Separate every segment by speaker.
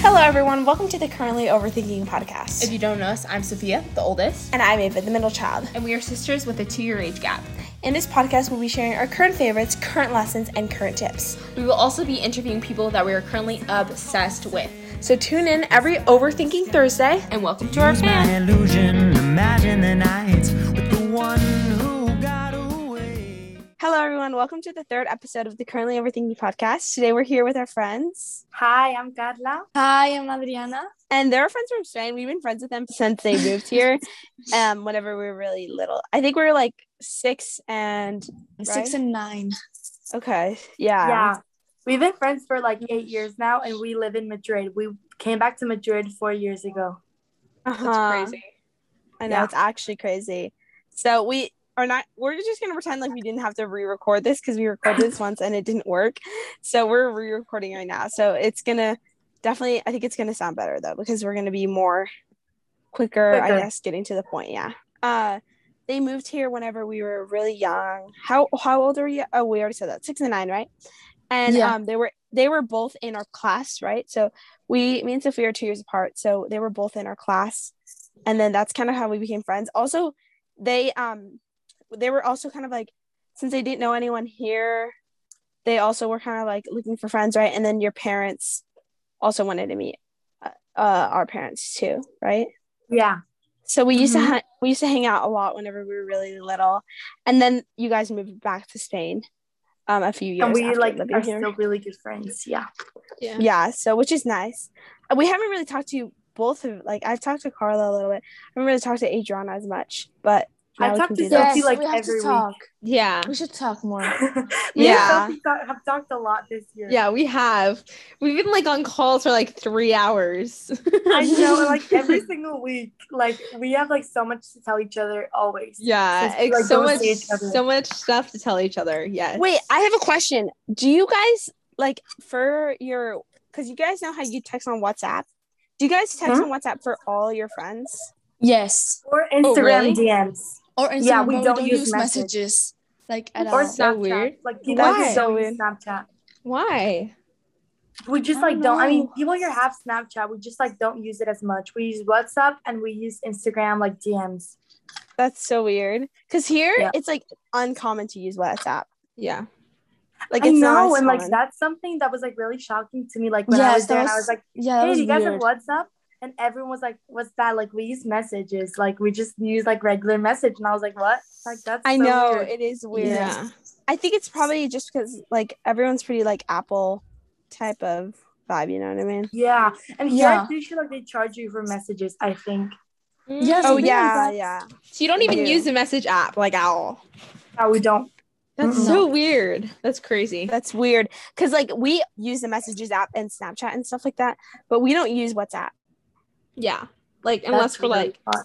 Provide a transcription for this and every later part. Speaker 1: Hello, everyone. Welcome to the Currently Overthinking podcast.
Speaker 2: If you don't know us, I'm Sophia, the oldest,
Speaker 1: And I'm Ava, the middle child.
Speaker 2: and we are sisters with a two year age gap.
Speaker 1: In this podcast, we'll be sharing our current favorites, current lessons, and current tips.
Speaker 2: We will also be interviewing people that we are currently obsessed with.
Speaker 1: So tune in every Overthinking Thursday.
Speaker 2: And welcome to our
Speaker 3: Use my
Speaker 2: fan.
Speaker 3: illusion. Imagine the nights with the one who got away.
Speaker 1: Hello, everyone. Welcome to the third episode of the Currently Overthinking podcast. Today, we're here with our friends,
Speaker 4: Hi, I'm Carla.
Speaker 5: Hi, I'm Adriana.
Speaker 1: and they're our friends from Spain. We've been friends with them since they moved here. Um, whenever we were really little, I think we were like six and
Speaker 5: Six and nine.
Speaker 1: okay, yeah,
Speaker 4: Yeah. We've been friends for like eight years now and we live in Madrid. We came back to Madrid four years ago.
Speaker 1: Uh-huh. I know
Speaker 4: Yeah.
Speaker 1: it's actually crazy. So we are not. We're just gonna pretend like we didn't have to re-record this because we recorded this once and it didn't work. So we're re-recording right now. So it's gonna definitely. I think it's gonna sound better though because we're gonna be more quicker. I
Speaker 4: Quicker.
Speaker 1: guess getting to the point. Yeah. Uh, they moved here whenever we were really young. How how old are you? Oh, we already said that. Six and nine, right? And
Speaker 5: Yeah.
Speaker 1: um, they were they were both in our class, right? So we me and Sophia are two years apart, so they were both in our class, and then that's kind of how we became friends. Also, they um they were also kind of like since they didn't know anyone here, they also were kind of like looking for friends, right? And then your parents also wanted to meet uh, uh, our parents too, right?
Speaker 4: Yeah.
Speaker 1: So we used
Speaker 4: Mm-hmm.
Speaker 1: to ha- we used to hang out a lot whenever we were really little, and then you guys moved back to Spain, um, a few years.
Speaker 4: and we
Speaker 1: after
Speaker 4: like
Speaker 1: living
Speaker 4: are
Speaker 1: here.
Speaker 4: still really good friends. Yeah.
Speaker 5: Yeah.
Speaker 1: yeah so which is nice Uh, we haven't really talked to both of like i've talked to carla a little bit i haven't really talked to adriana as much but now
Speaker 4: I've
Speaker 1: we
Speaker 4: talked
Speaker 1: can
Speaker 4: to
Speaker 1: do
Speaker 4: Sophie,
Speaker 1: this.
Speaker 4: like,
Speaker 5: we have
Speaker 4: every
Speaker 5: to talk.
Speaker 2: Yeah.
Speaker 5: We should talk more.
Speaker 4: Me and
Speaker 1: Yeah.
Speaker 4: Sophie talk- have talked a lot this year.
Speaker 2: Yeah, we have. We've been like on calls for like three hours.
Speaker 4: I know. and, Like every single week, like we have like so much to tell each other always.
Speaker 2: yeah.
Speaker 4: Just,
Speaker 2: It's
Speaker 4: like,
Speaker 2: so
Speaker 4: go
Speaker 2: much
Speaker 4: see each other.
Speaker 2: so much stuff to tell each other. Yes.
Speaker 1: wait i have a question do you guys like for your because you guys know how you text on whatsapp do you guys text on whatsapp for all your friends
Speaker 5: Yes.
Speaker 4: Or Instagram
Speaker 2: really?
Speaker 4: DMs.
Speaker 5: Or Instagram,
Speaker 4: Yeah, we
Speaker 5: but
Speaker 4: don't
Speaker 5: we don't
Speaker 4: use
Speaker 5: use messages. Like at
Speaker 4: Or
Speaker 5: all.
Speaker 2: so
Speaker 4: Snapchat.
Speaker 2: weird.
Speaker 4: Like people
Speaker 1: That's
Speaker 4: just
Speaker 1: so
Speaker 4: don't use
Speaker 1: weird.
Speaker 4: Snapchat.
Speaker 2: Why?
Speaker 4: We just
Speaker 5: I
Speaker 4: like
Speaker 5: don't
Speaker 4: don't. I mean,
Speaker 5: know.
Speaker 4: people here have Snapchat. We just like don't use it as much. We use WhatsApp and we use Instagram like DMs.
Speaker 1: that's so weird because here
Speaker 4: Yeah.
Speaker 1: it's like uncommon to use whatsapp
Speaker 2: Yeah.
Speaker 1: like
Speaker 4: I
Speaker 1: it's not
Speaker 4: know,
Speaker 1: as
Speaker 4: and like
Speaker 1: common.
Speaker 4: that's something that was like really shocking to me. Like when I
Speaker 5: Yes,
Speaker 4: was there,
Speaker 5: that
Speaker 4: and I
Speaker 5: was-
Speaker 4: was like,
Speaker 5: Yeah, that
Speaker 4: "Hey,
Speaker 5: was
Speaker 4: do you guys
Speaker 5: weird.
Speaker 4: have WhatsApp?" And everyone was like, "What's that?" Like we use messages. Like we just use like regular message. And I was like, "What?" Like that's.
Speaker 1: i
Speaker 4: so
Speaker 1: know
Speaker 4: weird.
Speaker 1: it is weird
Speaker 2: Yeah.
Speaker 1: I think it's probably just because like everyone's pretty like Apple type of vibe, you know what I mean?
Speaker 4: Yeah, and here
Speaker 5: Yeah.
Speaker 4: I'm pretty sure like they charge you for messages. I think
Speaker 5: Yes,
Speaker 1: Oh
Speaker 5: it is.
Speaker 1: yeah, yeah.
Speaker 2: So you don't even
Speaker 1: Yeah.
Speaker 2: use the message app like at all.
Speaker 4: that we don't.
Speaker 2: That's
Speaker 4: Mm-mm.
Speaker 2: so weird. That's crazy.
Speaker 1: That's weird. Cause like we use the messages app and Snapchat and stuff like that, but we don't use WhatsApp.
Speaker 2: Yeah. Like
Speaker 4: That's
Speaker 2: unless we're
Speaker 4: really
Speaker 2: like
Speaker 4: odd.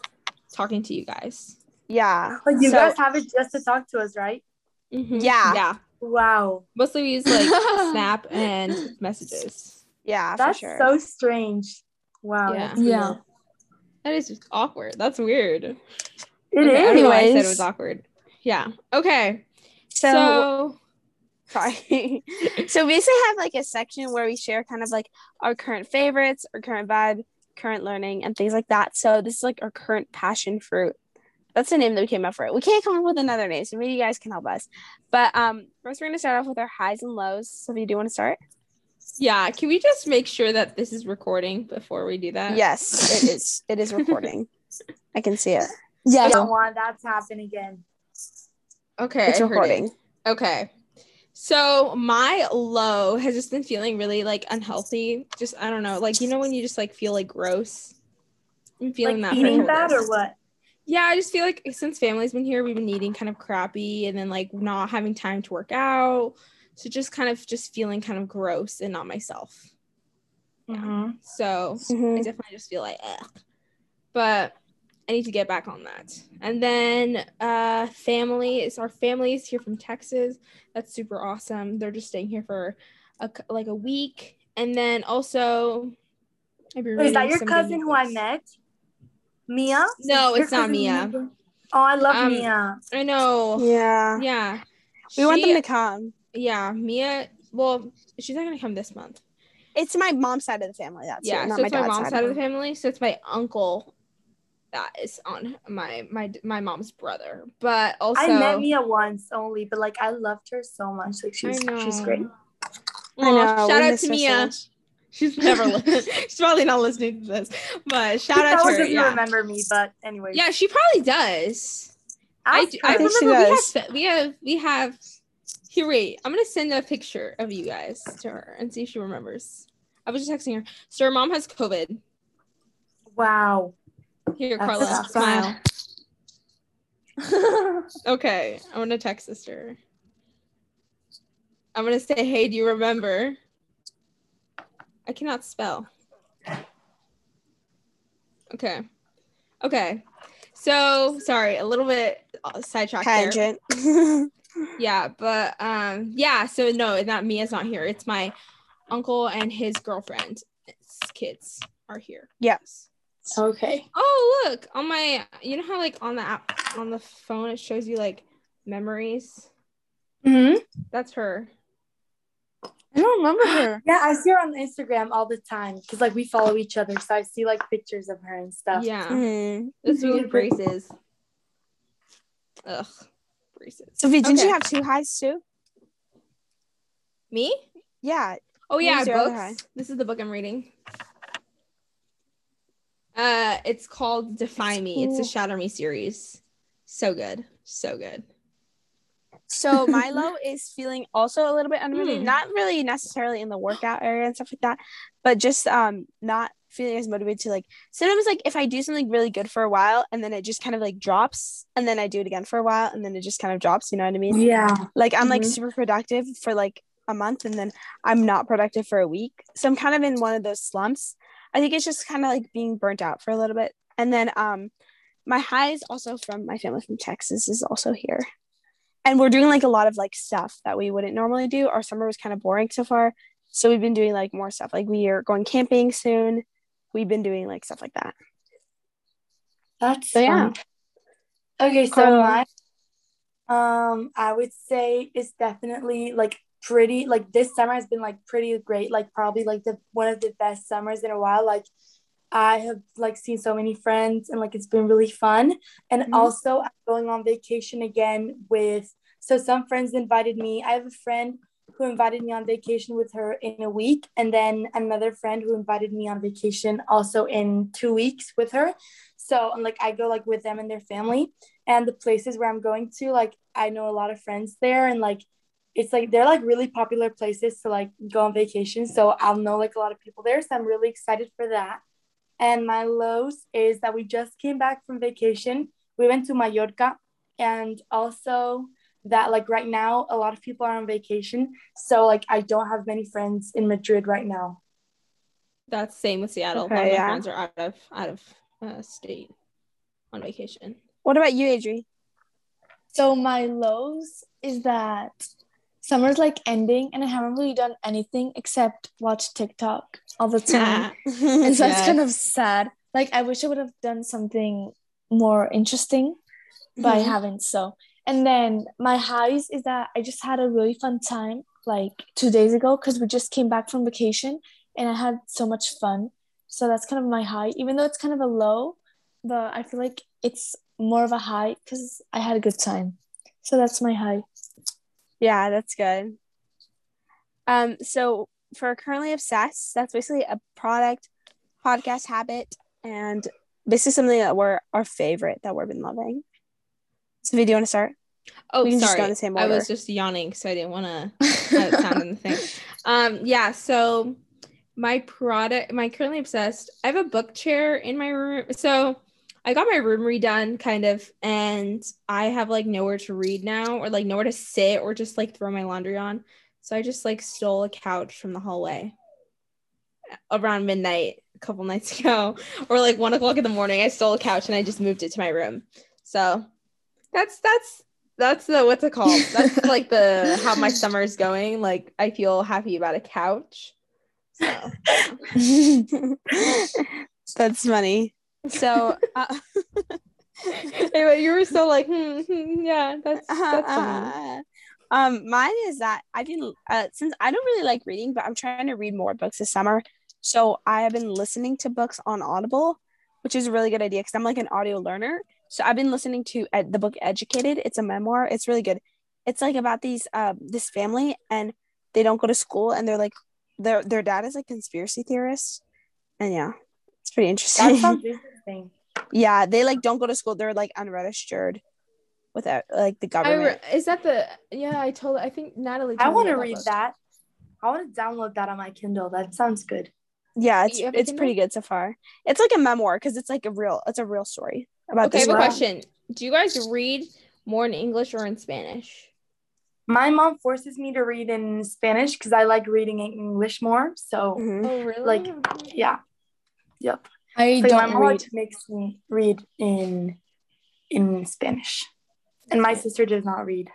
Speaker 2: talking to you guys.
Speaker 1: Yeah.
Speaker 4: like you
Speaker 1: So-
Speaker 4: guys have it just to talk to us, right?
Speaker 1: Yeah.
Speaker 2: Mm-hmm. Yeah.
Speaker 4: Wow,
Speaker 2: Mostly we use like Snap and messages.
Speaker 1: Yeah,
Speaker 4: that's
Speaker 1: Oh, for sure.
Speaker 4: so strange. Wow.
Speaker 2: Yeah.
Speaker 4: that's
Speaker 5: Yeah.
Speaker 4: weird.
Speaker 2: That is just awkward. That's weird.
Speaker 4: It
Speaker 2: Okay,
Speaker 4: is.
Speaker 2: I don't know why I said it
Speaker 1: Anyways.
Speaker 2: was awkward. Yeah. Okay. So,
Speaker 1: so sorry. so we basically have like a section where we share kind of like our current favorites, our current vibe, current learning, and things like that. So this is like our current passion fruit. That's the name that we came up for. We can't come up with another name, so maybe you guys can help us. But um, first we're gonna start off with our highs and lows. So if you do want to start,
Speaker 2: yeah, can we just make sure that this is recording before we do that?
Speaker 1: yes, it is. It is recording. I can see it.
Speaker 5: Yeah.
Speaker 4: I don't want that to happen again.
Speaker 2: Okay.
Speaker 1: It's
Speaker 2: I heard it.
Speaker 1: recording.
Speaker 2: Okay. So my low has just been feeling really like unhealthy. Just I don't know, like you know when you just like feel like gross. I'm feeling
Speaker 4: like
Speaker 2: that. for
Speaker 4: eating
Speaker 2: sure.
Speaker 4: bad or what?
Speaker 2: Yeah, I just feel like since family's been here, we've been eating kind of crappy, and then like not having time to work out. So just kind of just feeling kind of gross and not myself. Yeah.
Speaker 4: Mhm.
Speaker 2: So I
Speaker 1: Mhm.
Speaker 2: definitely just feel like, Ugh. but I need to get back on that. And then uh, family is our family is here from Texas. That's super awesome. They're just staying here for a, c- like a week. And then also, I've been
Speaker 4: Wait, is that
Speaker 2: reading
Speaker 4: your
Speaker 2: some good
Speaker 4: cousin who I
Speaker 2: books.
Speaker 4: met? Mia?
Speaker 2: No,
Speaker 4: Your
Speaker 2: it's not
Speaker 4: cousin
Speaker 2: Mia.
Speaker 4: Oh, I love
Speaker 2: Um,
Speaker 4: Mia.
Speaker 2: I know.
Speaker 1: Yeah, we
Speaker 2: Yeah,
Speaker 1: want them
Speaker 2: She-
Speaker 1: to come.
Speaker 2: Yeah, Mia. Well, she's not gonna come this month,
Speaker 1: It's my mom's side of the family. That's
Speaker 2: yeah,
Speaker 1: it, not
Speaker 2: so
Speaker 1: my
Speaker 2: it's my
Speaker 1: dad's
Speaker 2: mom's side of the
Speaker 1: family.
Speaker 2: family. So it's my uncle that is on my my my mom's brother. But also,
Speaker 4: I met Mia once only, but like I loved her so much. Like she's
Speaker 2: I
Speaker 4: she's
Speaker 2: know.
Speaker 4: great.
Speaker 1: I know.
Speaker 2: Aw,
Speaker 1: we
Speaker 2: shout out
Speaker 1: miss
Speaker 2: to
Speaker 1: her so
Speaker 2: Mia.
Speaker 1: much.
Speaker 2: She's never. li- she's probably not listening to this, but shout
Speaker 4: She
Speaker 2: out to
Speaker 4: probably
Speaker 2: her.
Speaker 4: doesn't
Speaker 2: Yeah.
Speaker 4: remember me, but anyway.
Speaker 2: yeah, she probably does. I,
Speaker 4: ask
Speaker 2: do, I
Speaker 4: her.
Speaker 1: think she
Speaker 2: remember we have,
Speaker 1: does.
Speaker 2: fa- we have we have. Here, wait. I'm gonna send a picture of you guys to her and see if she remembers. I was just texting her. So her mom has COVID.
Speaker 4: Wow.
Speaker 2: Here,
Speaker 4: That's
Speaker 2: Carla,
Speaker 4: tough.
Speaker 2: smile. Okay, I'm gonna text sister. I'm gonna say, hey, do you remember? I cannot spell. Okay. Okay. So sorry, a little bit uh, sidetracked there.
Speaker 1: Tangent.
Speaker 2: Yeah, but um, yeah. So no, not me. It's not here. It's my uncle and his girlfriend. His kids are here.
Speaker 1: Yeah.
Speaker 2: Yes.
Speaker 4: Okay.
Speaker 2: Oh look on my you know how like on the app on the phone it shows you like memories.
Speaker 1: hmm
Speaker 2: That's her.
Speaker 5: I don't remember her.
Speaker 4: Yeah, I see her on Instagram all the time because like we follow each other, so I see like pictures of her and stuff.
Speaker 2: Yeah.
Speaker 1: hmm
Speaker 2: That's really braces. Ugh. Braces.
Speaker 1: Sophie, didn't
Speaker 2: Okay.
Speaker 1: you have two highs too?
Speaker 2: me?
Speaker 1: Yeah.
Speaker 2: Oh
Speaker 1: What
Speaker 2: yeah,
Speaker 1: was your other high?
Speaker 2: books. This is the book I'm reading. Uh it's called Defy Me. It's
Speaker 1: cool.
Speaker 2: a Shatter Me series. So good. So good.
Speaker 1: So Milo is feeling also a little bit unrelated,
Speaker 2: Hmm.
Speaker 1: not really necessarily in the workout area and stuff like that, but just um not feeling as motivated to like sometimes like if I do something really good for a while and then it just kind of like drops and then I do it again for a while and then it just kind of drops, you know what I mean?
Speaker 4: Yeah.
Speaker 1: Like I'm like
Speaker 4: Mhm.
Speaker 1: super productive for like a month and then I'm not productive for a week. So I'm kind of in one of those slumps. I think it's just kind of like being burnt out for a little bit. And then um my high is also from my family from Texas is also here. And we're doing like a lot of like stuff that we wouldn't normally do. Our summer was kind of boring so far. So we've been doing like more stuff. Like we are going camping soon. We've been doing like stuff like that.
Speaker 4: That's
Speaker 1: So, yeah.
Speaker 4: fun. Okay, so
Speaker 1: Carla.
Speaker 4: mine, um, I would say it's definitely like pretty. Like this summer has been like pretty great. Like probably like the one of the best summers in a while. Like I have like seen so many friends and like it's been really fun. And
Speaker 1: Mhm.
Speaker 4: also I'm going on vacation again with so some friends invited me. I have a friend who invited me on vacation with her in a week, and then another friend who invited me on vacation also in two weeks with her. So and like I go like with them and their family and the places where I'm going to, like I know a lot of friends there and like it's like they're like really popular places to like go on vacation. So I'll know like a lot of people there. So I'm really excited for that. And my lows is that we just came back from vacation. We went to Mallorca and also that like right now a lot of people are on vacation. So like I don't have many friends in Madrid right now.
Speaker 2: That's same with Seattle.
Speaker 1: Okay,
Speaker 2: A lot of my
Speaker 1: yeah.
Speaker 2: friends are out of out of uh, state on vacation.
Speaker 1: What about you, Adri?
Speaker 5: So my lows is that summer's like ending and I haven't really done anything except watch TikTok all the time. and so it's kind of sad. Like I wish I would have done something more interesting, but I
Speaker 1: Mhm.
Speaker 5: haven't. So and then my highs is that I just had a really fun time like two days ago because we just came back from vacation and I had so much fun. So that's kind of my high, even though it's kind of a low, but I feel like it's more of a high because I had a good time. So that's my high.
Speaker 1: Yeah, that's good. Um, so for currently obsessed, that's basically a product, podcast habit, and basically something that we're our favorite that we've been loving. Sophie, do you want to start?
Speaker 2: Oh,
Speaker 1: We can just
Speaker 2: sorry.
Speaker 1: go in the same
Speaker 2: I was
Speaker 1: order.
Speaker 2: just yawning, so I didn't want to have it sound in the thing. Um, yeah. So my product, my currently obsessed. I have a book chair in my room, so I got my room redone, kind of, and I have like nowhere to read now, or like nowhere to sit, or just like throw my laundry on. So I just like stole a couch from the hallway around midnight a couple nights ago, or like one o'clock in the morning. I stole a couch and I just moved it to my room. So that's that's that's the what's it called? That's like the how my summer is going. Like I feel happy about a couch. So
Speaker 1: that's funny. So uh,
Speaker 2: Uh-huh, anyway, you were so like, hmm, hmm, yeah, hmm, that's that's fun.
Speaker 1: uh, Uh-huh, Um, mine is that I've been uh, since I don't really like reading, but I'm trying to read more books this summer. So I have been listening to books on Audible, which is a really good idea because I'm like an audio learner. So I've been listening to ed- the book Educated. It's a memoir. It's really good. It's like about these um this family and they don't go to school and they're like their their dad is a conspiracy theorist, and yeah, it's pretty interesting.
Speaker 4: That sounds interesting.
Speaker 1: yeah, they like don't go to school. They're like unregistered without like the
Speaker 2: I
Speaker 1: government.
Speaker 2: re- is that the yeah? I told. I think Natalie.
Speaker 4: I
Speaker 2: told me
Speaker 4: want to
Speaker 2: about
Speaker 4: read
Speaker 2: book.
Speaker 4: that. I want to download that on my Kindle. That sounds good.
Speaker 1: yeah, it's
Speaker 2: you have a
Speaker 1: it's pretty good so far. It's like a memoir because it's like a real it's a real story about
Speaker 2: Okay, I
Speaker 1: this.
Speaker 2: have a
Speaker 1: girl.
Speaker 2: question. Do you guys read more in English or in Spanish?
Speaker 4: My mom forces me to read in Spanish because I like reading in English more. So
Speaker 1: Mhm.
Speaker 2: Oh, really?
Speaker 4: Like, yeah, yep.
Speaker 5: I
Speaker 4: So my
Speaker 5: don't
Speaker 4: mom
Speaker 5: read.
Speaker 4: always makes me read in in Spanish, and my sister does not read.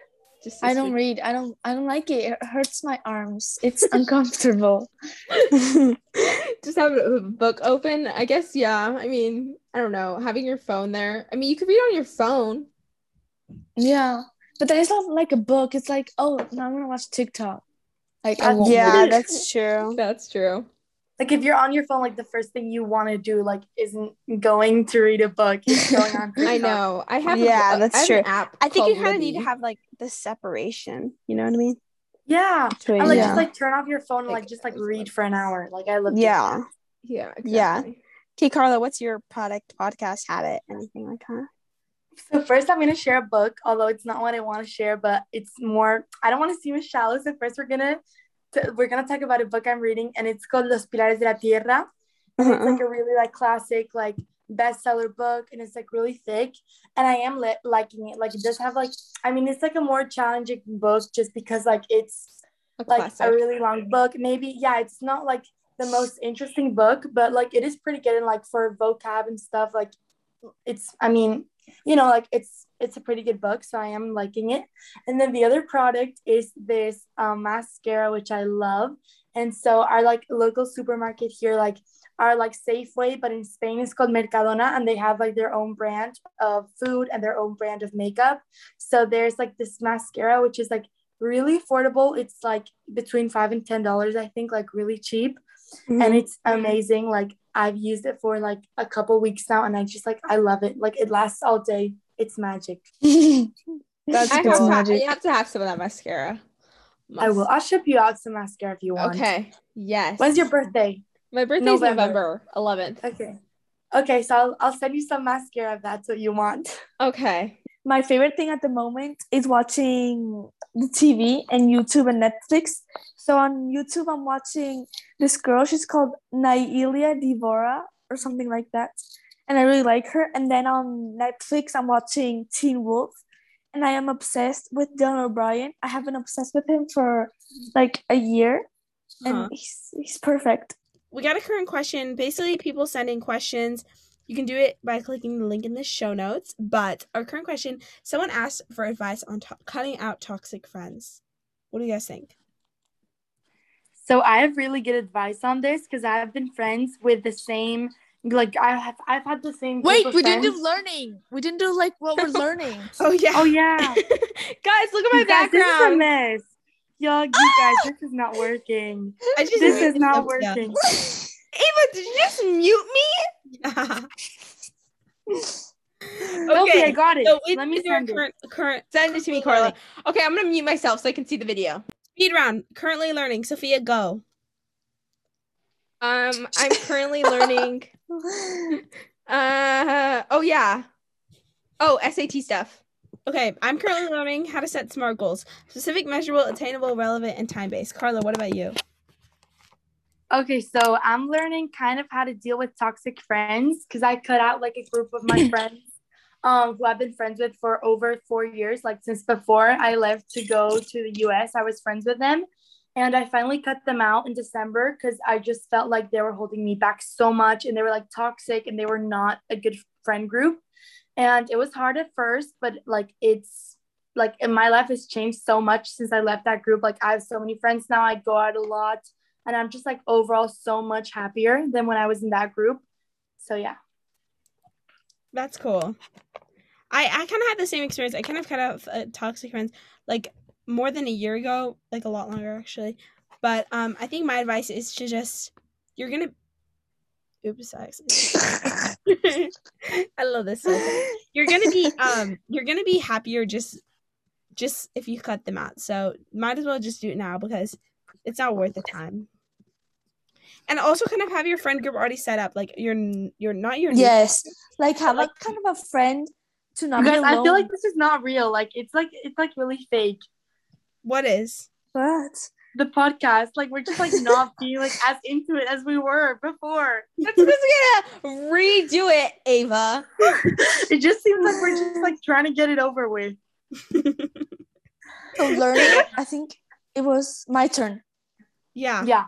Speaker 2: Just
Speaker 5: I don't read. I don't. I don't like it. It hurts my arms. It's uncomfortable.
Speaker 2: just have a book open. I guess. Yeah. I mean, I don't know. Having your phone there. I mean, you could read on your phone.
Speaker 5: Yeah, but then it's not like a book. It's like, oh, now I'm gonna watch TikTok. Like, I won't read.
Speaker 1: yeah, that's true.
Speaker 2: That's true.
Speaker 4: Like if you're on your phone, like the first thing you want to do like isn't going to read a book. It's going on.
Speaker 2: I
Speaker 4: TikTok.
Speaker 2: know. I have.
Speaker 1: Yeah,
Speaker 2: a,
Speaker 1: that's
Speaker 2: I have
Speaker 1: true.
Speaker 2: An app
Speaker 1: I think you
Speaker 2: called
Speaker 1: kind of need to
Speaker 2: Libby.
Speaker 1: have like the separation. You know what I mean?
Speaker 4: Yeah,
Speaker 1: Between-
Speaker 4: and like
Speaker 1: yeah.
Speaker 4: just like turn off your phone and like
Speaker 2: Like,
Speaker 4: just like
Speaker 2: it's
Speaker 4: read
Speaker 2: like-
Speaker 4: for an hour. Like I love. doing
Speaker 1: yeah.
Speaker 4: that.
Speaker 2: Yeah.
Speaker 1: Yeah.
Speaker 2: Exactly.
Speaker 1: Okay, Carla, what's your product podcast habit? Anything like that?
Speaker 4: So first, I'm gonna share a book, although it's not what I want to share, but it's more. I don't want to seem shallow, so first we're gonna t- we're gonna talk about a book I'm reading, and it's called Los Pilares de la Tierra. And
Speaker 1: Uh-huh,
Speaker 4: it's like a really like classic like bestseller book, and it's like really thick, and I am li- liking it. Like it does have like I mean, it's like a more challenging book just because like it's
Speaker 2: A
Speaker 4: like
Speaker 2: classic.
Speaker 4: a really long book. Maybe yeah, it's not like the most interesting book, but like it is pretty good and like for vocab and stuff. Like it's I mean, you know, like it's it's a pretty good book, so I am liking it. And then the other product is this um, mascara, which I love. And so our like local supermarket here, like are like Safeway, but in Spain it's called Mercadona, and they have like their own brand of food and their own brand of makeup. So there's like this mascara, which is like really affordable. It's like between five and ten dollars, I think, like really cheap.
Speaker 5: Mm-hmm.
Speaker 4: And it's amazing. Like I've used it for like a couple weeks now and I just like I love it. Like it lasts all day. It's magic.
Speaker 1: That's
Speaker 2: I
Speaker 1: cool.
Speaker 2: have, to have,
Speaker 5: magic.
Speaker 2: you have to have some of that mascara.
Speaker 4: I will. I'll ship you out some mascara if you want.
Speaker 2: Okay. Yes.
Speaker 4: When's your birthday?
Speaker 2: My birthday's November
Speaker 4: November.
Speaker 2: 11th.
Speaker 4: Okay. Okay, so I'll, I'll send you some mascara if that's what you want.
Speaker 2: Okay.
Speaker 5: my favorite thing at the moment is watching the TV and YouTube and Netflix. So on YouTube, I'm watching this girl. She's called Nailia Devora or something like that, and I really like her. And then on Netflix, I'm watching Teen Wolf, and I am obsessed with Dylan O'Brien. I have been obsessed with him for like a year, and
Speaker 1: Huh.
Speaker 4: Uh-huh.
Speaker 5: he's he's perfect.
Speaker 1: we got a current question. Basically, people send in questions. You can do it by clicking the link in the show notes. But our current question someone asked for advice on to- cutting out toxic friends. What do you guys think?
Speaker 4: So I have really good advice on this because I've been friends with the same like I have I've had the same group
Speaker 5: Wait,
Speaker 4: of
Speaker 5: we didn't
Speaker 4: friends.
Speaker 5: do learning. We didn't do like what we're learning.
Speaker 1: Oh, yeah.
Speaker 4: Oh yeah.
Speaker 2: Guys, look at my
Speaker 4: You guys, this is a
Speaker 2: background.
Speaker 4: mess. Y'all, you guys, this is not working.
Speaker 2: I just,
Speaker 4: This is not
Speaker 1: Yeah.
Speaker 4: working.
Speaker 2: Ava, did you just mute me?
Speaker 4: Okay, I
Speaker 2: Okay.
Speaker 4: got it.
Speaker 2: So it's
Speaker 4: Let me
Speaker 2: our
Speaker 4: send it.
Speaker 1: current, current.
Speaker 2: Send it to me, Carla. Okay, I'm gonna mute myself so I can see the video.
Speaker 1: Speed round. Currently learning. Sophia, go.
Speaker 2: Um, I'm currently learning. Uh, oh yeah. Oh, SAT stuff.
Speaker 1: Okay, I'm currently learning how to set SMART goals specific, measurable, attainable, relevant, and time based. Carla, what about you?
Speaker 4: Okay, so I'm learning kind of how to deal with toxic friends because I cut out like a group of my friends um, who I've been friends with for over four years, like since before I left to go to the US. I was friends with them. And I finally cut them out in December because I just felt like they were holding me back so much and they were like toxic and they were not a good friend group. And it was hard at first, but like it's like in my life has changed so much since I left that group. Like I have so many friends now. I go out a lot and I'm just like overall so much happier than when I was in that group. So yeah.
Speaker 1: That's cool. I I kind of had the same experience. I kind of cut out uh, toxic friends. Like more than a year ago, like a lot longer actually. But um, I think my advice is to just you're gonna. Oops, I accidentally- I love this. so much. You're gonna be um, you're gonna be happier just, just if you cut them out. So might as well just do it now because it's not worth the time. And also, kind of have your friend group already set up. Like you're n- you're not your new-
Speaker 5: Yes. Like have
Speaker 1: like-
Speaker 5: a kind of a friend to not
Speaker 4: You guys,
Speaker 5: be
Speaker 4: I feel
Speaker 5: alone.
Speaker 4: like this is not real. Like it's like it's like really fake.
Speaker 1: What is?
Speaker 5: What?
Speaker 4: The podcast, like we're just like not being like as into it as we were before.
Speaker 5: That's because we're gonna redo it, Ava.
Speaker 4: It just seems like we're just like trying to get it over with.
Speaker 5: So learning, I think it was my turn.
Speaker 1: Yeah.
Speaker 4: Yeah.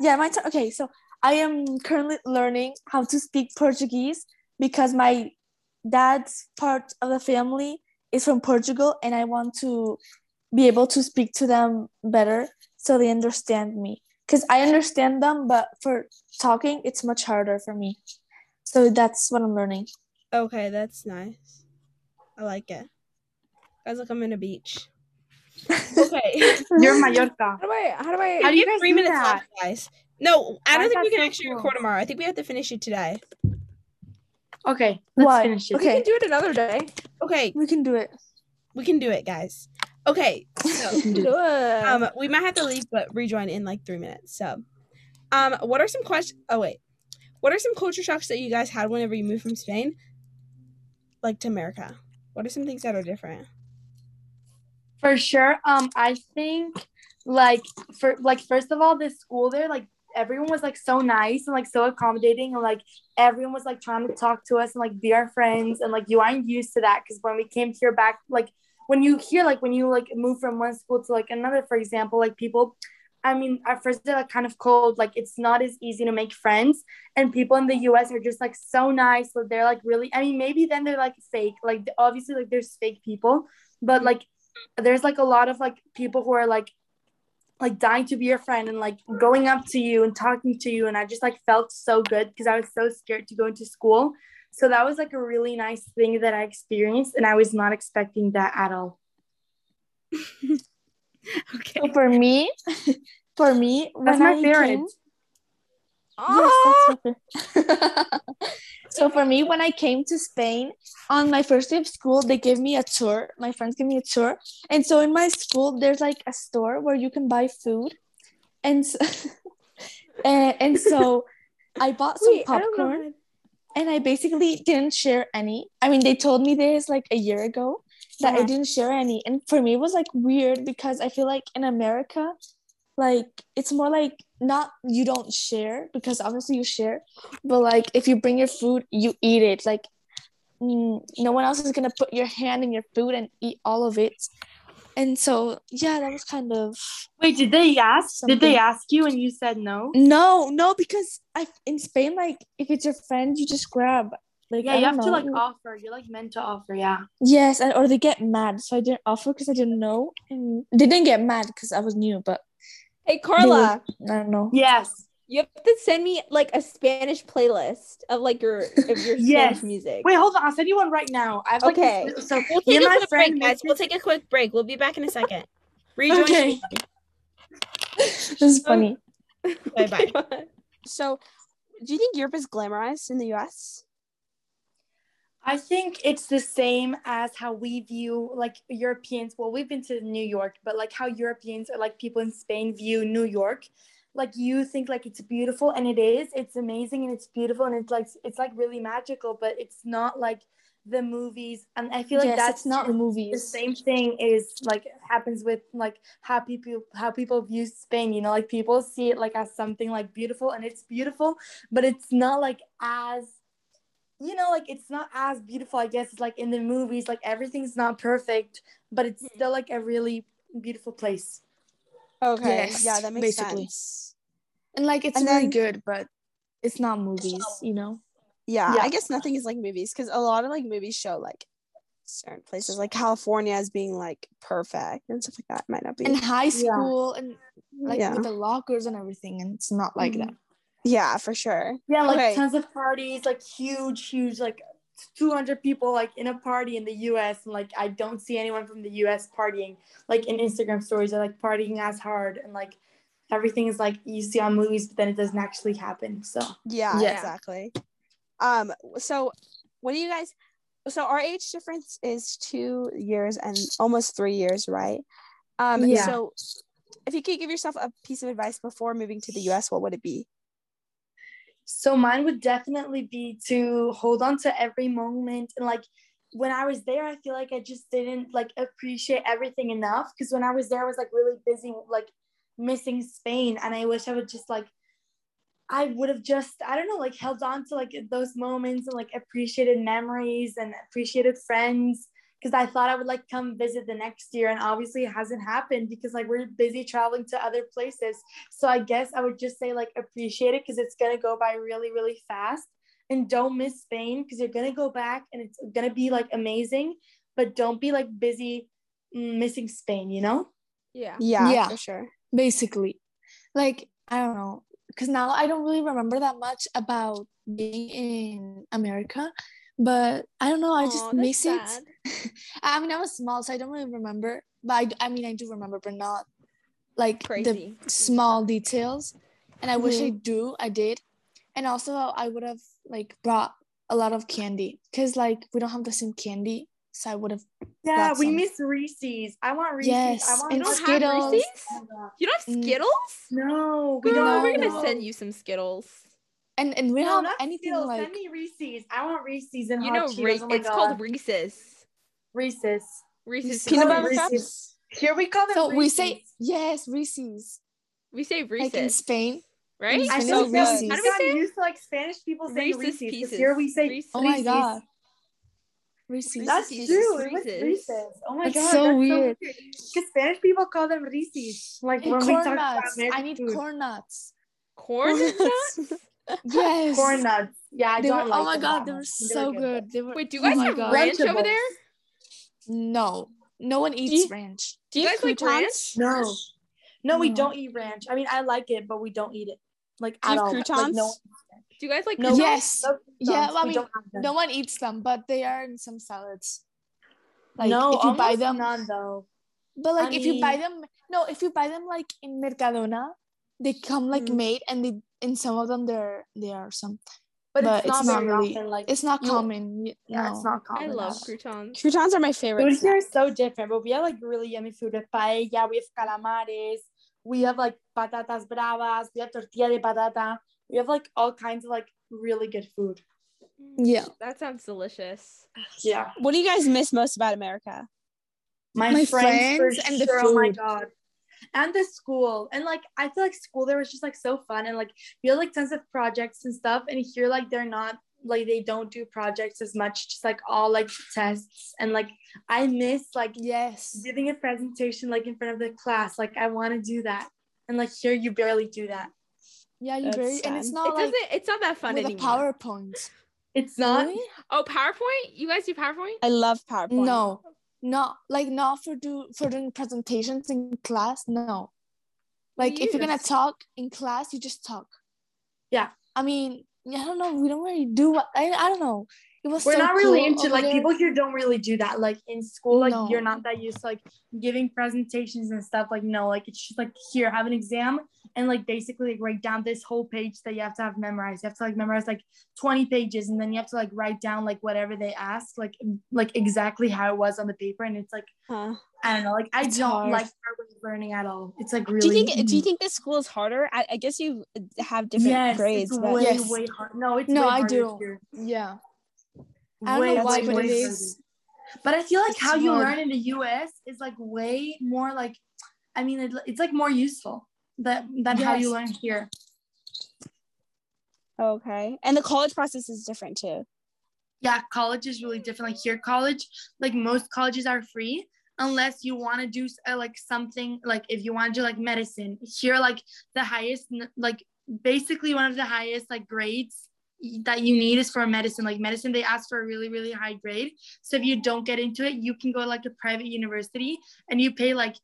Speaker 5: Yeah, my turn. Okay, so I am currently learning how to speak Portuguese because my dad's part of the family is from Portugal and I want to be able to speak to them better so they understand me. Because I understand them, but for talking, it's much harder for me. So that's what I'm learning.
Speaker 1: Okay, that's nice. I like it. Guys, look, I'm in a beach. Okay.
Speaker 4: You're in Mallorca.
Speaker 2: How do I? How do I?
Speaker 4: How do
Speaker 1: we
Speaker 4: you
Speaker 1: have
Speaker 4: guys
Speaker 1: three
Speaker 4: do
Speaker 1: minutes
Speaker 4: that?
Speaker 1: left, guys. No, I
Speaker 4: Why
Speaker 1: don't
Speaker 4: is
Speaker 1: think we
Speaker 4: that
Speaker 1: can
Speaker 4: so
Speaker 1: actually
Speaker 4: cool?
Speaker 1: record tomorrow. I think we have to finish it today.
Speaker 4: Okay, let's
Speaker 5: Why?
Speaker 4: finish it.
Speaker 5: Okay.
Speaker 2: We can do it another day.
Speaker 1: Okay,
Speaker 5: We can do it.
Speaker 1: we can do it, guys. Okay, so
Speaker 2: Do it.
Speaker 1: um, we might have to leave, but rejoin in like three minutes. So, um, what are some questions? Oh wait, what are some culture shocks that you guys had whenever you moved from Spain, like to America? What are some things that are different?
Speaker 4: For sure. Um, I think like for like first of all, this school there, like everyone was like so nice and like so accommodating and like everyone was like trying to talk to us and like be our friends and like you aren't used to that because when we came here back like when you hear like when you like move from one school to like another for example like people I mean at first they're like kind of cold like it's not as easy to make friends and people in the US are just like so nice but they're like really I mean maybe then they're like fake like obviously like there's fake people but like there's like a lot of like people who are like like dying to be your friend and like going up to you and talking to you and i just like felt so good because i was so scared to go into school so that was like a really nice thing that i experienced and i was not expecting that at all
Speaker 1: Okay,
Speaker 5: So for me, for me,
Speaker 4: that's
Speaker 5: when
Speaker 4: my
Speaker 5: I
Speaker 4: favorite
Speaker 5: came- Yes,
Speaker 2: Oh,
Speaker 5: that's what the- so for me, when I came to Spain on my first day of school, they gave me a tour. My friends gave me a tour, and so in my school, there's like a store where you can buy food, and so, and, and so I bought some
Speaker 2: wait, I don't know.
Speaker 5: popcorn, and I basically didn't share any. I mean, they told me this like a year ago that I
Speaker 1: Uh-huh.
Speaker 5: didn't share any, and for me, it was like weird because I feel like in America, like it's more like not you don't share because obviously you share but like if you bring your food you eat it like mm, no one else is gonna put your hand in your food and eat all of it and so yeah that was kind of
Speaker 4: wait did they ask did they
Speaker 5: Something.
Speaker 4: ask you and you said no
Speaker 5: no no because i in spain like if it's your friend you just grab like
Speaker 4: yeah
Speaker 5: I
Speaker 4: you have
Speaker 5: don't
Speaker 4: to like
Speaker 5: know.
Speaker 4: offer you're like meant to offer yeah
Speaker 5: yes and or they get mad so i didn't offer because i didn't know and they didn't get mad because i was new but
Speaker 2: Hey Carla,
Speaker 5: i don't know
Speaker 4: yes
Speaker 2: you have to send me like a Spanish playlist of like your of your
Speaker 4: Yes.
Speaker 2: Spanish music.
Speaker 4: wait hold on i'll send you one right now i've like
Speaker 2: Okay.
Speaker 4: this- so
Speaker 1: we'll
Speaker 4: me
Speaker 1: take
Speaker 4: and
Speaker 1: a
Speaker 4: my
Speaker 1: quick
Speaker 4: friend
Speaker 1: break,
Speaker 4: made
Speaker 1: guys. We'll
Speaker 4: this-
Speaker 1: take a quick break. We'll be back in a second. Rejoin.
Speaker 5: okay this is funny
Speaker 1: Bye bye. So, do you think Europe is glamorized in the U.S.?
Speaker 4: I think it's the same as how we view like Europeans. Well, we've been to New York, but like how Europeans or like people in Spain view New York. Like you think like it's beautiful and it is. It's amazing and it's beautiful and it's like it's like really magical, but it's not like the movies. And I feel like
Speaker 5: yes,
Speaker 4: that's
Speaker 5: it's not the
Speaker 4: the
Speaker 5: movies
Speaker 4: same thing is like happens with like how people how people view Spain. You know, like people see it like as something like beautiful, and it's beautiful, but it's not like as you know, like it's not as beautiful. I guess it's like in the movies, like everything's not perfect, but it's
Speaker 5: Hmm.
Speaker 4: still like a really beautiful place.
Speaker 1: Okay.
Speaker 5: Yes,
Speaker 1: yeah, that makes
Speaker 5: basically.
Speaker 1: sense.
Speaker 5: and like it's
Speaker 1: And
Speaker 5: really
Speaker 1: then-
Speaker 5: good, but it's not movies, you know.
Speaker 1: Yeah,
Speaker 4: Yeah.
Speaker 1: I guess nothing is like movies because a lot of like movies show like certain places, like California as being like perfect and stuff like that. Might not be.
Speaker 5: And high school and like
Speaker 1: yeah.
Speaker 5: with the lockers and everything, and it's not like
Speaker 1: Mm-hmm.
Speaker 4: Mhm.
Speaker 5: that.
Speaker 1: yeah, for sure.
Speaker 4: Yeah, like
Speaker 1: Okay.
Speaker 4: tons of parties, like huge, huge, like 200 people like in a party in the US and like I don't see anyone from the US partying like in Instagram stories are like partying as hard and like everything is like you see on movies but then it doesn't actually happen so
Speaker 1: Yeah,
Speaker 2: Yeah.
Speaker 1: exactly. Um, so what do you guys so our age difference is two years and almost three years, right? Um
Speaker 4: Yeah.
Speaker 1: so if you could give yourself a piece of advice before moving to the US, what would it be?
Speaker 4: So mine would definitely be to hold on to every moment and like when I was there, I feel like I just didn't like appreciate everything enough because when I was there, I was like really busy, like missing Spain, and I wish I would just like I would have just I don't know like held on to like those moments and like appreciated memories and appreciated friends because I thought I would like come visit the next year, and obviously it hasn't happened because like we're busy traveling to other places. So I guess I would just say like appreciate it because it's gonna go by really, really fast. And don't miss Spain because you're gonna go back and it's gonna be like amazing. But don't be like busy mm, missing Spain, you know?
Speaker 2: Yeah.
Speaker 1: Yeah,
Speaker 5: Yeah.
Speaker 1: for sure.
Speaker 5: basically. Like, I don't know, because now I don't really remember that much about being in America, but I don't know, I just miss it. I mean, I was small, so I don't really remember, but I, I mean, I do remember, but not like
Speaker 2: Crazy.
Speaker 5: the small details. And I wish
Speaker 4: Mm-hmm.
Speaker 5: I do, I did. And also, I would have like brought a lot of candy because like we don't have the same candy, so I would have
Speaker 4: Yeah,
Speaker 5: That's
Speaker 4: we
Speaker 5: some-
Speaker 4: miss Reese's. I want Reese's. I
Speaker 5: yes,
Speaker 4: want
Speaker 5: and
Speaker 2: don't have
Speaker 5: Skittles.
Speaker 2: Reese's?
Speaker 4: Oh my God.
Speaker 2: You don't have
Speaker 5: Mm.
Speaker 2: Skittles?
Speaker 4: No, we
Speaker 2: Girl,
Speaker 4: don't.
Speaker 2: we're
Speaker 5: have
Speaker 2: gonna
Speaker 5: those.
Speaker 2: send you some Skittles.
Speaker 5: And and we
Speaker 4: no,
Speaker 5: don't have
Speaker 4: not
Speaker 5: anything
Speaker 4: Skittles.
Speaker 5: like
Speaker 4: Send me Reese's. I want Reese's and
Speaker 2: You
Speaker 4: hot
Speaker 2: know,
Speaker 4: Cheetos.
Speaker 2: Re-
Speaker 4: oh my
Speaker 2: it's
Speaker 4: God.
Speaker 2: called Reese's.
Speaker 4: Reese's.
Speaker 2: Reese's.
Speaker 1: Peanut
Speaker 4: Call it
Speaker 1: butter
Speaker 4: Reese's.
Speaker 1: cups.
Speaker 4: Here we call them.
Speaker 5: so we
Speaker 4: Reese's.
Speaker 5: say yes, Reese's.
Speaker 2: We say Reese's,
Speaker 5: like in Spain.
Speaker 2: right?
Speaker 5: in
Speaker 4: I
Speaker 5: Spanish,
Speaker 4: feel
Speaker 1: so
Speaker 4: so
Speaker 1: good.
Speaker 2: How
Speaker 4: I've
Speaker 2: do we say
Speaker 4: gotten
Speaker 2: it?
Speaker 4: used to like Spanish people saying
Speaker 2: Reese's
Speaker 4: Reese's,
Speaker 2: pieces.
Speaker 4: because here we say
Speaker 2: Reese's.
Speaker 5: Oh my
Speaker 4: Reese's.
Speaker 5: god, Reese's.
Speaker 4: That's
Speaker 2: Reese's
Speaker 4: true. It
Speaker 2: pieces.
Speaker 4: was
Speaker 2: Reese's.
Speaker 4: Reese's. Oh my
Speaker 5: That's
Speaker 4: god,
Speaker 5: so
Speaker 4: that's
Speaker 5: weird.
Speaker 4: so weird. Because Spanish people call them Reese's. Like
Speaker 5: And
Speaker 4: when we talk
Speaker 5: corn
Speaker 4: about
Speaker 5: nuts.
Speaker 4: American
Speaker 5: I need
Speaker 4: food.
Speaker 5: corn nuts.
Speaker 2: Corn nuts?
Speaker 5: Yes.
Speaker 4: corn nuts. Yeah, I
Speaker 5: They
Speaker 4: don't
Speaker 5: were,
Speaker 4: like
Speaker 5: oh my
Speaker 4: them
Speaker 5: god,
Speaker 4: that
Speaker 5: they were
Speaker 4: much.
Speaker 5: so good. They were.
Speaker 2: Wait, do you
Speaker 5: oh
Speaker 2: guys
Speaker 5: my
Speaker 2: have
Speaker 5: God.
Speaker 2: ranch over
Speaker 4: Lunchables.
Speaker 2: there?
Speaker 5: No, no one eats
Speaker 1: you-
Speaker 5: ranch.
Speaker 2: Do you guys like ranch?
Speaker 4: No. no. we
Speaker 5: No.
Speaker 4: don't eat ranch. I mean, I like it, but we don't eat it. Like
Speaker 1: Do you have
Speaker 4: at all. Like, no,
Speaker 1: croutons?
Speaker 2: Do you guys like
Speaker 4: No.
Speaker 5: Yes.
Speaker 4: no
Speaker 5: Yeah,
Speaker 4: croutons.
Speaker 5: well, I
Speaker 4: We
Speaker 5: mean,
Speaker 4: don't have them.
Speaker 5: No one eats them, but they are in some salads. Like
Speaker 4: no,
Speaker 5: if you buy
Speaker 4: almost
Speaker 5: them,
Speaker 4: none though.
Speaker 5: but like
Speaker 4: I
Speaker 5: if you buy
Speaker 4: mean-
Speaker 5: them, no, if you buy them like in Mercadona, they come like
Speaker 1: Mm.
Speaker 5: made, and they in some of them there there are some.
Speaker 4: But,
Speaker 5: but
Speaker 4: it's not
Speaker 5: it's not
Speaker 4: very
Speaker 5: really-
Speaker 4: often. Like
Speaker 5: It's not
Speaker 4: you-
Speaker 5: common. y-
Speaker 4: yeah,
Speaker 5: no.
Speaker 4: it's not
Speaker 2: I
Speaker 4: common.
Speaker 2: love
Speaker 4: at all.
Speaker 2: croutons.
Speaker 1: Croutons are my favorite.
Speaker 4: Food here
Speaker 1: snack.
Speaker 4: is so different, but we have like really yummy food. We have paella, we have calamares, we have like patatas bravas, we have tortilla de patata. We have like all kinds of like really good food.
Speaker 5: Yeah.
Speaker 2: That sounds delicious.
Speaker 4: Yeah.
Speaker 1: What do you guys miss most about America?
Speaker 4: My,
Speaker 5: My
Speaker 4: friends,
Speaker 5: friends
Speaker 4: for
Speaker 5: and the
Speaker 4: sure. Oh my
Speaker 5: food.
Speaker 4: god. And the school. And like I feel like school there was just like so fun and like you have like tons of projects and stuff. And here like they're not like they don't do projects as much, just like all like tests and like I miss like
Speaker 5: Yes.
Speaker 4: giving a presentation like in front of the class like i want to do that and like here you barely do that
Speaker 5: Yeah, you
Speaker 1: That's
Speaker 5: very and it's
Speaker 1: sad.
Speaker 5: not
Speaker 2: it
Speaker 5: like
Speaker 2: doesn't it's not that fun
Speaker 5: with a
Speaker 2: anymore.
Speaker 5: PowerPoint.
Speaker 4: it's not
Speaker 5: Really?
Speaker 2: Oh, PowerPoint? You guys do PowerPoint?
Speaker 1: I love PowerPoint.
Speaker 5: No. Not like not for do for doing presentations in class. No. Like if you're gonna
Speaker 2: Yes.
Speaker 5: talk in class, you just talk.
Speaker 4: Yeah.
Speaker 5: I mean, I don't know. We don't really do what I, I don't know. It was
Speaker 4: we're
Speaker 5: so
Speaker 4: not really
Speaker 5: cool
Speaker 4: into
Speaker 5: over
Speaker 4: like
Speaker 5: there.
Speaker 4: people here don't really do that like in school like
Speaker 5: No.
Speaker 4: you're not that used to like giving presentations and stuff like no like it's just like here have an exam and like basically like write down this whole page that you have to have memorized you have to like memorize like 20 pages and then you have to like write down like whatever they ask like like exactly how it was on the paper and it's like
Speaker 1: Huh.
Speaker 4: i don't know like i
Speaker 5: It's
Speaker 4: don't
Speaker 5: hard.
Speaker 4: like our way of learning at all it's like really
Speaker 1: Do you think do you think this school is harder? I, I guess you have different
Speaker 4: yes,
Speaker 1: grades,
Speaker 4: It's
Speaker 1: but
Speaker 4: way,
Speaker 5: Yes.
Speaker 4: way hard. No, it's
Speaker 5: No,
Speaker 4: way
Speaker 5: I
Speaker 4: harder
Speaker 5: do.
Speaker 4: here.
Speaker 5: Yeah. I don't
Speaker 4: Way,
Speaker 5: know why,
Speaker 4: way,
Speaker 5: but
Speaker 4: way
Speaker 5: it is.
Speaker 4: harder. But I feel like
Speaker 5: It's
Speaker 4: how you
Speaker 5: hard.
Speaker 4: learn in the U.S. is like way more like, I mean, it, it's like more useful that than how you
Speaker 5: Yes.
Speaker 4: learn here.
Speaker 1: okay. And the college process is different too.
Speaker 4: Yeah, college is really different. Like here, college, like most colleges are free unless you want to do uh, like something like if you want to do like medicine. Here, like the highest, n- like basically one of the highest like grades that you need is for medicine. Like medicine, they ask for a really really high grade. So if you don't get into it, you can go to like a private university and you pay like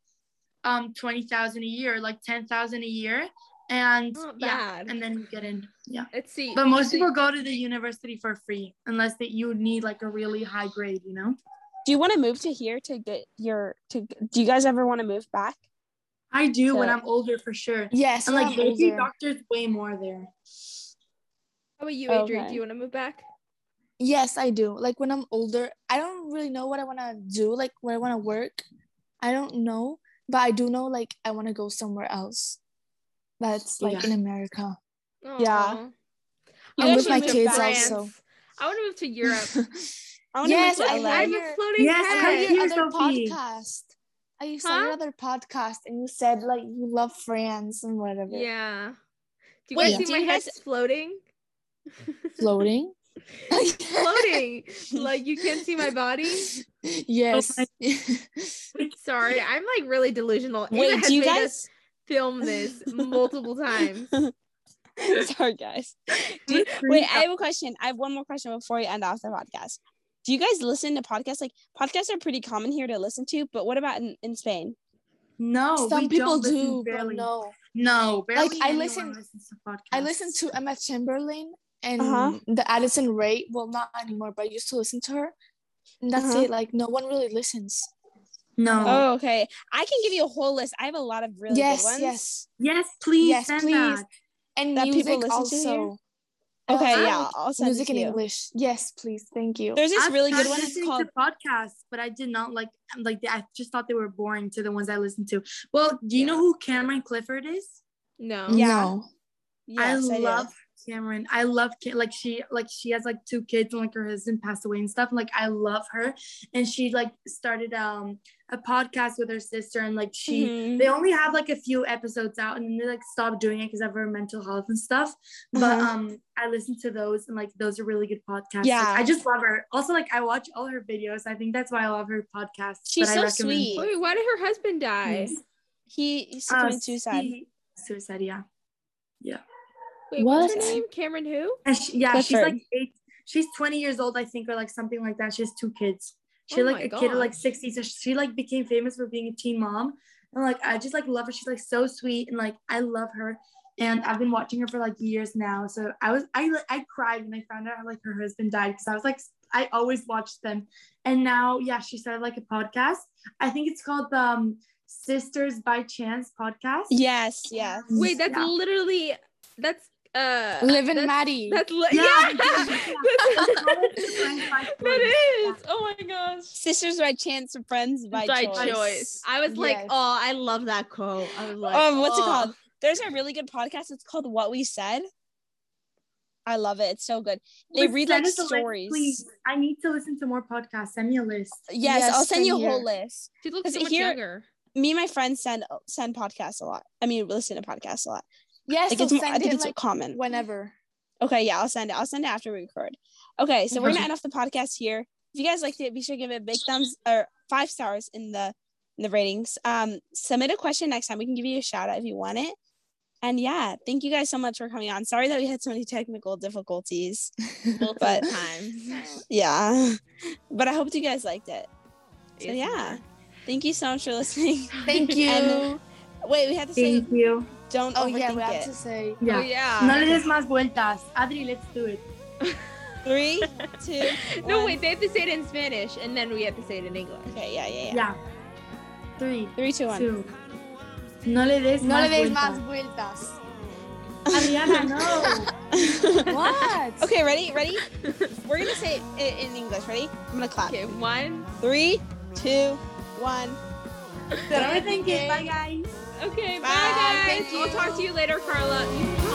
Speaker 4: um twenty thousand a year, like ten thousand a year, and
Speaker 2: Not
Speaker 4: yeah,
Speaker 2: bad.
Speaker 4: and then you get in. Yeah.
Speaker 2: Let's see.
Speaker 4: But most
Speaker 2: See-
Speaker 4: people go to the university for free unless that you need like a really high grade, you know?
Speaker 1: Do you want to move to here to get your to? Do you guys ever want to move back?
Speaker 4: I do when
Speaker 1: So-
Speaker 4: I'm older for sure.
Speaker 1: Yes.
Speaker 4: And like baby doctors way more there.
Speaker 2: How about you, Adrian?
Speaker 1: Okay.
Speaker 2: Do you want to move back?
Speaker 5: Yes, I do. Like when I'm older, I don't really know what I want to do, like where I want to work. I don't know, but I do know like I want to go somewhere else. That's like
Speaker 4: Yeah.
Speaker 5: in America.
Speaker 1: Yeah.
Speaker 2: I
Speaker 5: And
Speaker 2: wanna
Speaker 5: with my
Speaker 2: move to
Speaker 5: kids
Speaker 2: France.
Speaker 5: also.
Speaker 2: I want to move to Europe.
Speaker 1: I wanna
Speaker 5: Yes,
Speaker 1: move to
Speaker 5: I
Speaker 1: LA.
Speaker 5: like-
Speaker 2: I'm a
Speaker 5: hear-
Speaker 2: floating
Speaker 4: Yes,
Speaker 5: I
Speaker 4: I
Speaker 5: heard
Speaker 4: Hey,
Speaker 5: your
Speaker 2: head.
Speaker 4: hear
Speaker 5: other
Speaker 4: Sophie.
Speaker 5: podcast. I saw your
Speaker 2: Huh?
Speaker 5: other podcast and you said like you love France and whatever.
Speaker 2: Yeah. Do you
Speaker 1: Wait,
Speaker 2: guys see
Speaker 1: do
Speaker 2: my
Speaker 1: you guys-
Speaker 2: head's floating?
Speaker 5: Floating.
Speaker 2: floating. like you can't see my body.
Speaker 5: yes.
Speaker 4: Oh
Speaker 2: Sorry, I'm like really delusional. Ava
Speaker 1: Wait,
Speaker 2: has
Speaker 1: do you
Speaker 2: made us
Speaker 1: guys?
Speaker 2: film this multiple times?
Speaker 1: Sorry, guys. Do you- wait, I have a question. I have one more question before we end off the podcast. Do you guys listen to podcasts? Like podcasts are pretty common here to listen to, but what about in, in Spain?
Speaker 4: No,
Speaker 5: Some
Speaker 4: we
Speaker 5: people
Speaker 4: don't listen
Speaker 5: do, but
Speaker 4: barely.
Speaker 5: no.
Speaker 4: No, barely
Speaker 5: Like, I
Speaker 4: anyone
Speaker 5: listen-
Speaker 4: listens to podcasts.
Speaker 5: I listened to Emma Chamberlain and
Speaker 1: Uh-huh.
Speaker 5: the Addison Ray. Well, not anymore, but I used to listen to her. And that's
Speaker 1: Uh-huh.
Speaker 5: it. Like no one really listens.
Speaker 4: No.
Speaker 1: Oh, okay. I can give you a whole list. I have a lot of really
Speaker 5: yes,
Speaker 1: good ones.
Speaker 5: yes.
Speaker 4: Yes, please
Speaker 5: Yes,
Speaker 4: send
Speaker 5: please.
Speaker 4: that.
Speaker 5: And
Speaker 1: That people
Speaker 5: music
Speaker 1: listen to here?
Speaker 5: also.
Speaker 1: Okay,
Speaker 5: Uh,
Speaker 1: yeah,
Speaker 5: like,
Speaker 1: I'll send
Speaker 5: music
Speaker 1: it
Speaker 5: in
Speaker 1: to you.
Speaker 5: English. Yes, please. Thank you.
Speaker 1: There's this
Speaker 4: I've
Speaker 1: really good
Speaker 4: tried
Speaker 1: one. It's
Speaker 4: listening
Speaker 1: called
Speaker 4: to podcasts, but I did not like like I just thought they were boring to the ones I listened to. Well, do you know who Cameron Clifford is?
Speaker 2: No.
Speaker 1: Yeah.
Speaker 5: No.
Speaker 1: Yes,
Speaker 4: I
Speaker 1: do.
Speaker 4: love Cameron. I love Ca- like she like she has like two kids and like her husband passed away and stuff. Like I love her, and she like started um a podcast with her sister and like she
Speaker 1: Mhm.
Speaker 4: they only have like a few episodes out and then they like stopped doing it because of her mental health and stuff but
Speaker 1: Uh-huh.
Speaker 4: um i listen to those and like those are really good podcasts Like,
Speaker 1: Yeah.
Speaker 4: i just love her also like i watch all her videos i think that's why i love her podcast
Speaker 1: She's
Speaker 4: that I
Speaker 1: so
Speaker 4: recommend.
Speaker 1: sweet.
Speaker 2: Wait, why did her husband die?
Speaker 1: He he's
Speaker 5: Um,
Speaker 4: Uh,
Speaker 1: committed suicide.
Speaker 4: she- suicide yeah
Speaker 2: Wait, what's her
Speaker 5: What?
Speaker 2: name? Cameron who?
Speaker 4: and she, yeah she's
Speaker 1: Clifford.
Speaker 4: like eight she's 20 years old i think or like something like that she has two kids she
Speaker 2: Oh
Speaker 4: had,
Speaker 2: my
Speaker 4: like a kid at like
Speaker 2: gosh.
Speaker 4: 60 so she like became famous for being a teen mom and like i just like love her she's like so sweet and like i love her and i've been watching her for like years now so i was i like, i cried when i found out like her husband died because i was like i always watched them and now yeah she started like a podcast i think it's called the um, sisters by chance podcast
Speaker 1: Yes, yes.
Speaker 2: Wait, that's
Speaker 4: Yeah.
Speaker 2: literally that's uh
Speaker 5: Live and
Speaker 2: that's,
Speaker 5: Maddie.
Speaker 2: That's li- yeah.
Speaker 4: Yeah,
Speaker 2: That's-
Speaker 4: yeah.
Speaker 2: that is. Oh my gosh.
Speaker 1: Sisters by chance, friends by,
Speaker 2: By
Speaker 1: choice.
Speaker 2: choice. I was like,
Speaker 5: Yes.
Speaker 2: oh, I love that quote. I was like,
Speaker 1: Um, what's it
Speaker 2: oh.
Speaker 1: called? There's a really good podcast. It's called What We Said. I love it. It's so good. They
Speaker 4: But
Speaker 1: read
Speaker 4: send
Speaker 1: like
Speaker 4: us a list,
Speaker 1: stories. Uh,
Speaker 4: please. I need to listen to more podcasts. Send me a list.
Speaker 1: Yes,
Speaker 5: Yes,
Speaker 1: I'll send you a
Speaker 5: same
Speaker 1: whole
Speaker 5: here.
Speaker 1: list.
Speaker 2: She looks so
Speaker 1: Because
Speaker 2: much
Speaker 1: here-
Speaker 2: younger.
Speaker 1: Me and my friends send send podcasts a lot. I mean, listen to podcasts a lot.
Speaker 5: yes,
Speaker 1: Like
Speaker 5: so
Speaker 1: it's, more,
Speaker 5: send
Speaker 1: I think
Speaker 5: it,
Speaker 1: it's
Speaker 5: like
Speaker 1: common.
Speaker 5: whenever.
Speaker 1: Okay, yeah, I'll send it. I'll send it after we record. Okay, so we're
Speaker 4: Okay.
Speaker 1: gonna end off the podcast here. If you guys liked it, be sure to give it a big thumbs or five stars in the in the ratings. Um, submit a question next time. We can give you a shout out if you want it. And yeah, thank you guys so much for coming on. Sorry that we had so many technical difficulties.
Speaker 2: Multiple
Speaker 1: But-
Speaker 2: times.
Speaker 1: Yeah, but I hope you guys liked it. So
Speaker 2: Yes,
Speaker 1: yeah, thank you so much for listening.
Speaker 5: Thank you.
Speaker 1: And- Wait, we have to say
Speaker 4: Thank you.
Speaker 1: don't
Speaker 5: oh
Speaker 1: overthink
Speaker 5: yeah, we have
Speaker 1: it.
Speaker 5: to say
Speaker 2: Oh,
Speaker 4: Yeah.
Speaker 2: yeah.
Speaker 4: No le des más vueltas. Adri, let's do it.
Speaker 1: Three, two,
Speaker 2: No,
Speaker 1: one.
Speaker 2: wait, they have to say it in Spanish and then we have to say it in English.
Speaker 1: Okay, yeah, yeah, yeah.
Speaker 4: Yeah. Three,
Speaker 1: Three, two, one.
Speaker 4: two. No le des
Speaker 5: no
Speaker 4: más
Speaker 5: le des más
Speaker 4: vueltas.
Speaker 5: vueltas.
Speaker 4: Adriana, no.
Speaker 5: What?
Speaker 1: Okay, ready? Ready? We're gonna say it in English. Ready? I'm gonna clap.
Speaker 2: Okay, one.
Speaker 1: Three, two, one.
Speaker 4: Don't overthink it. Bye, guys.
Speaker 2: Okay, bye,
Speaker 1: Bye,
Speaker 2: guys.
Speaker 1: thank
Speaker 2: I'll talk to you later, Carla. You-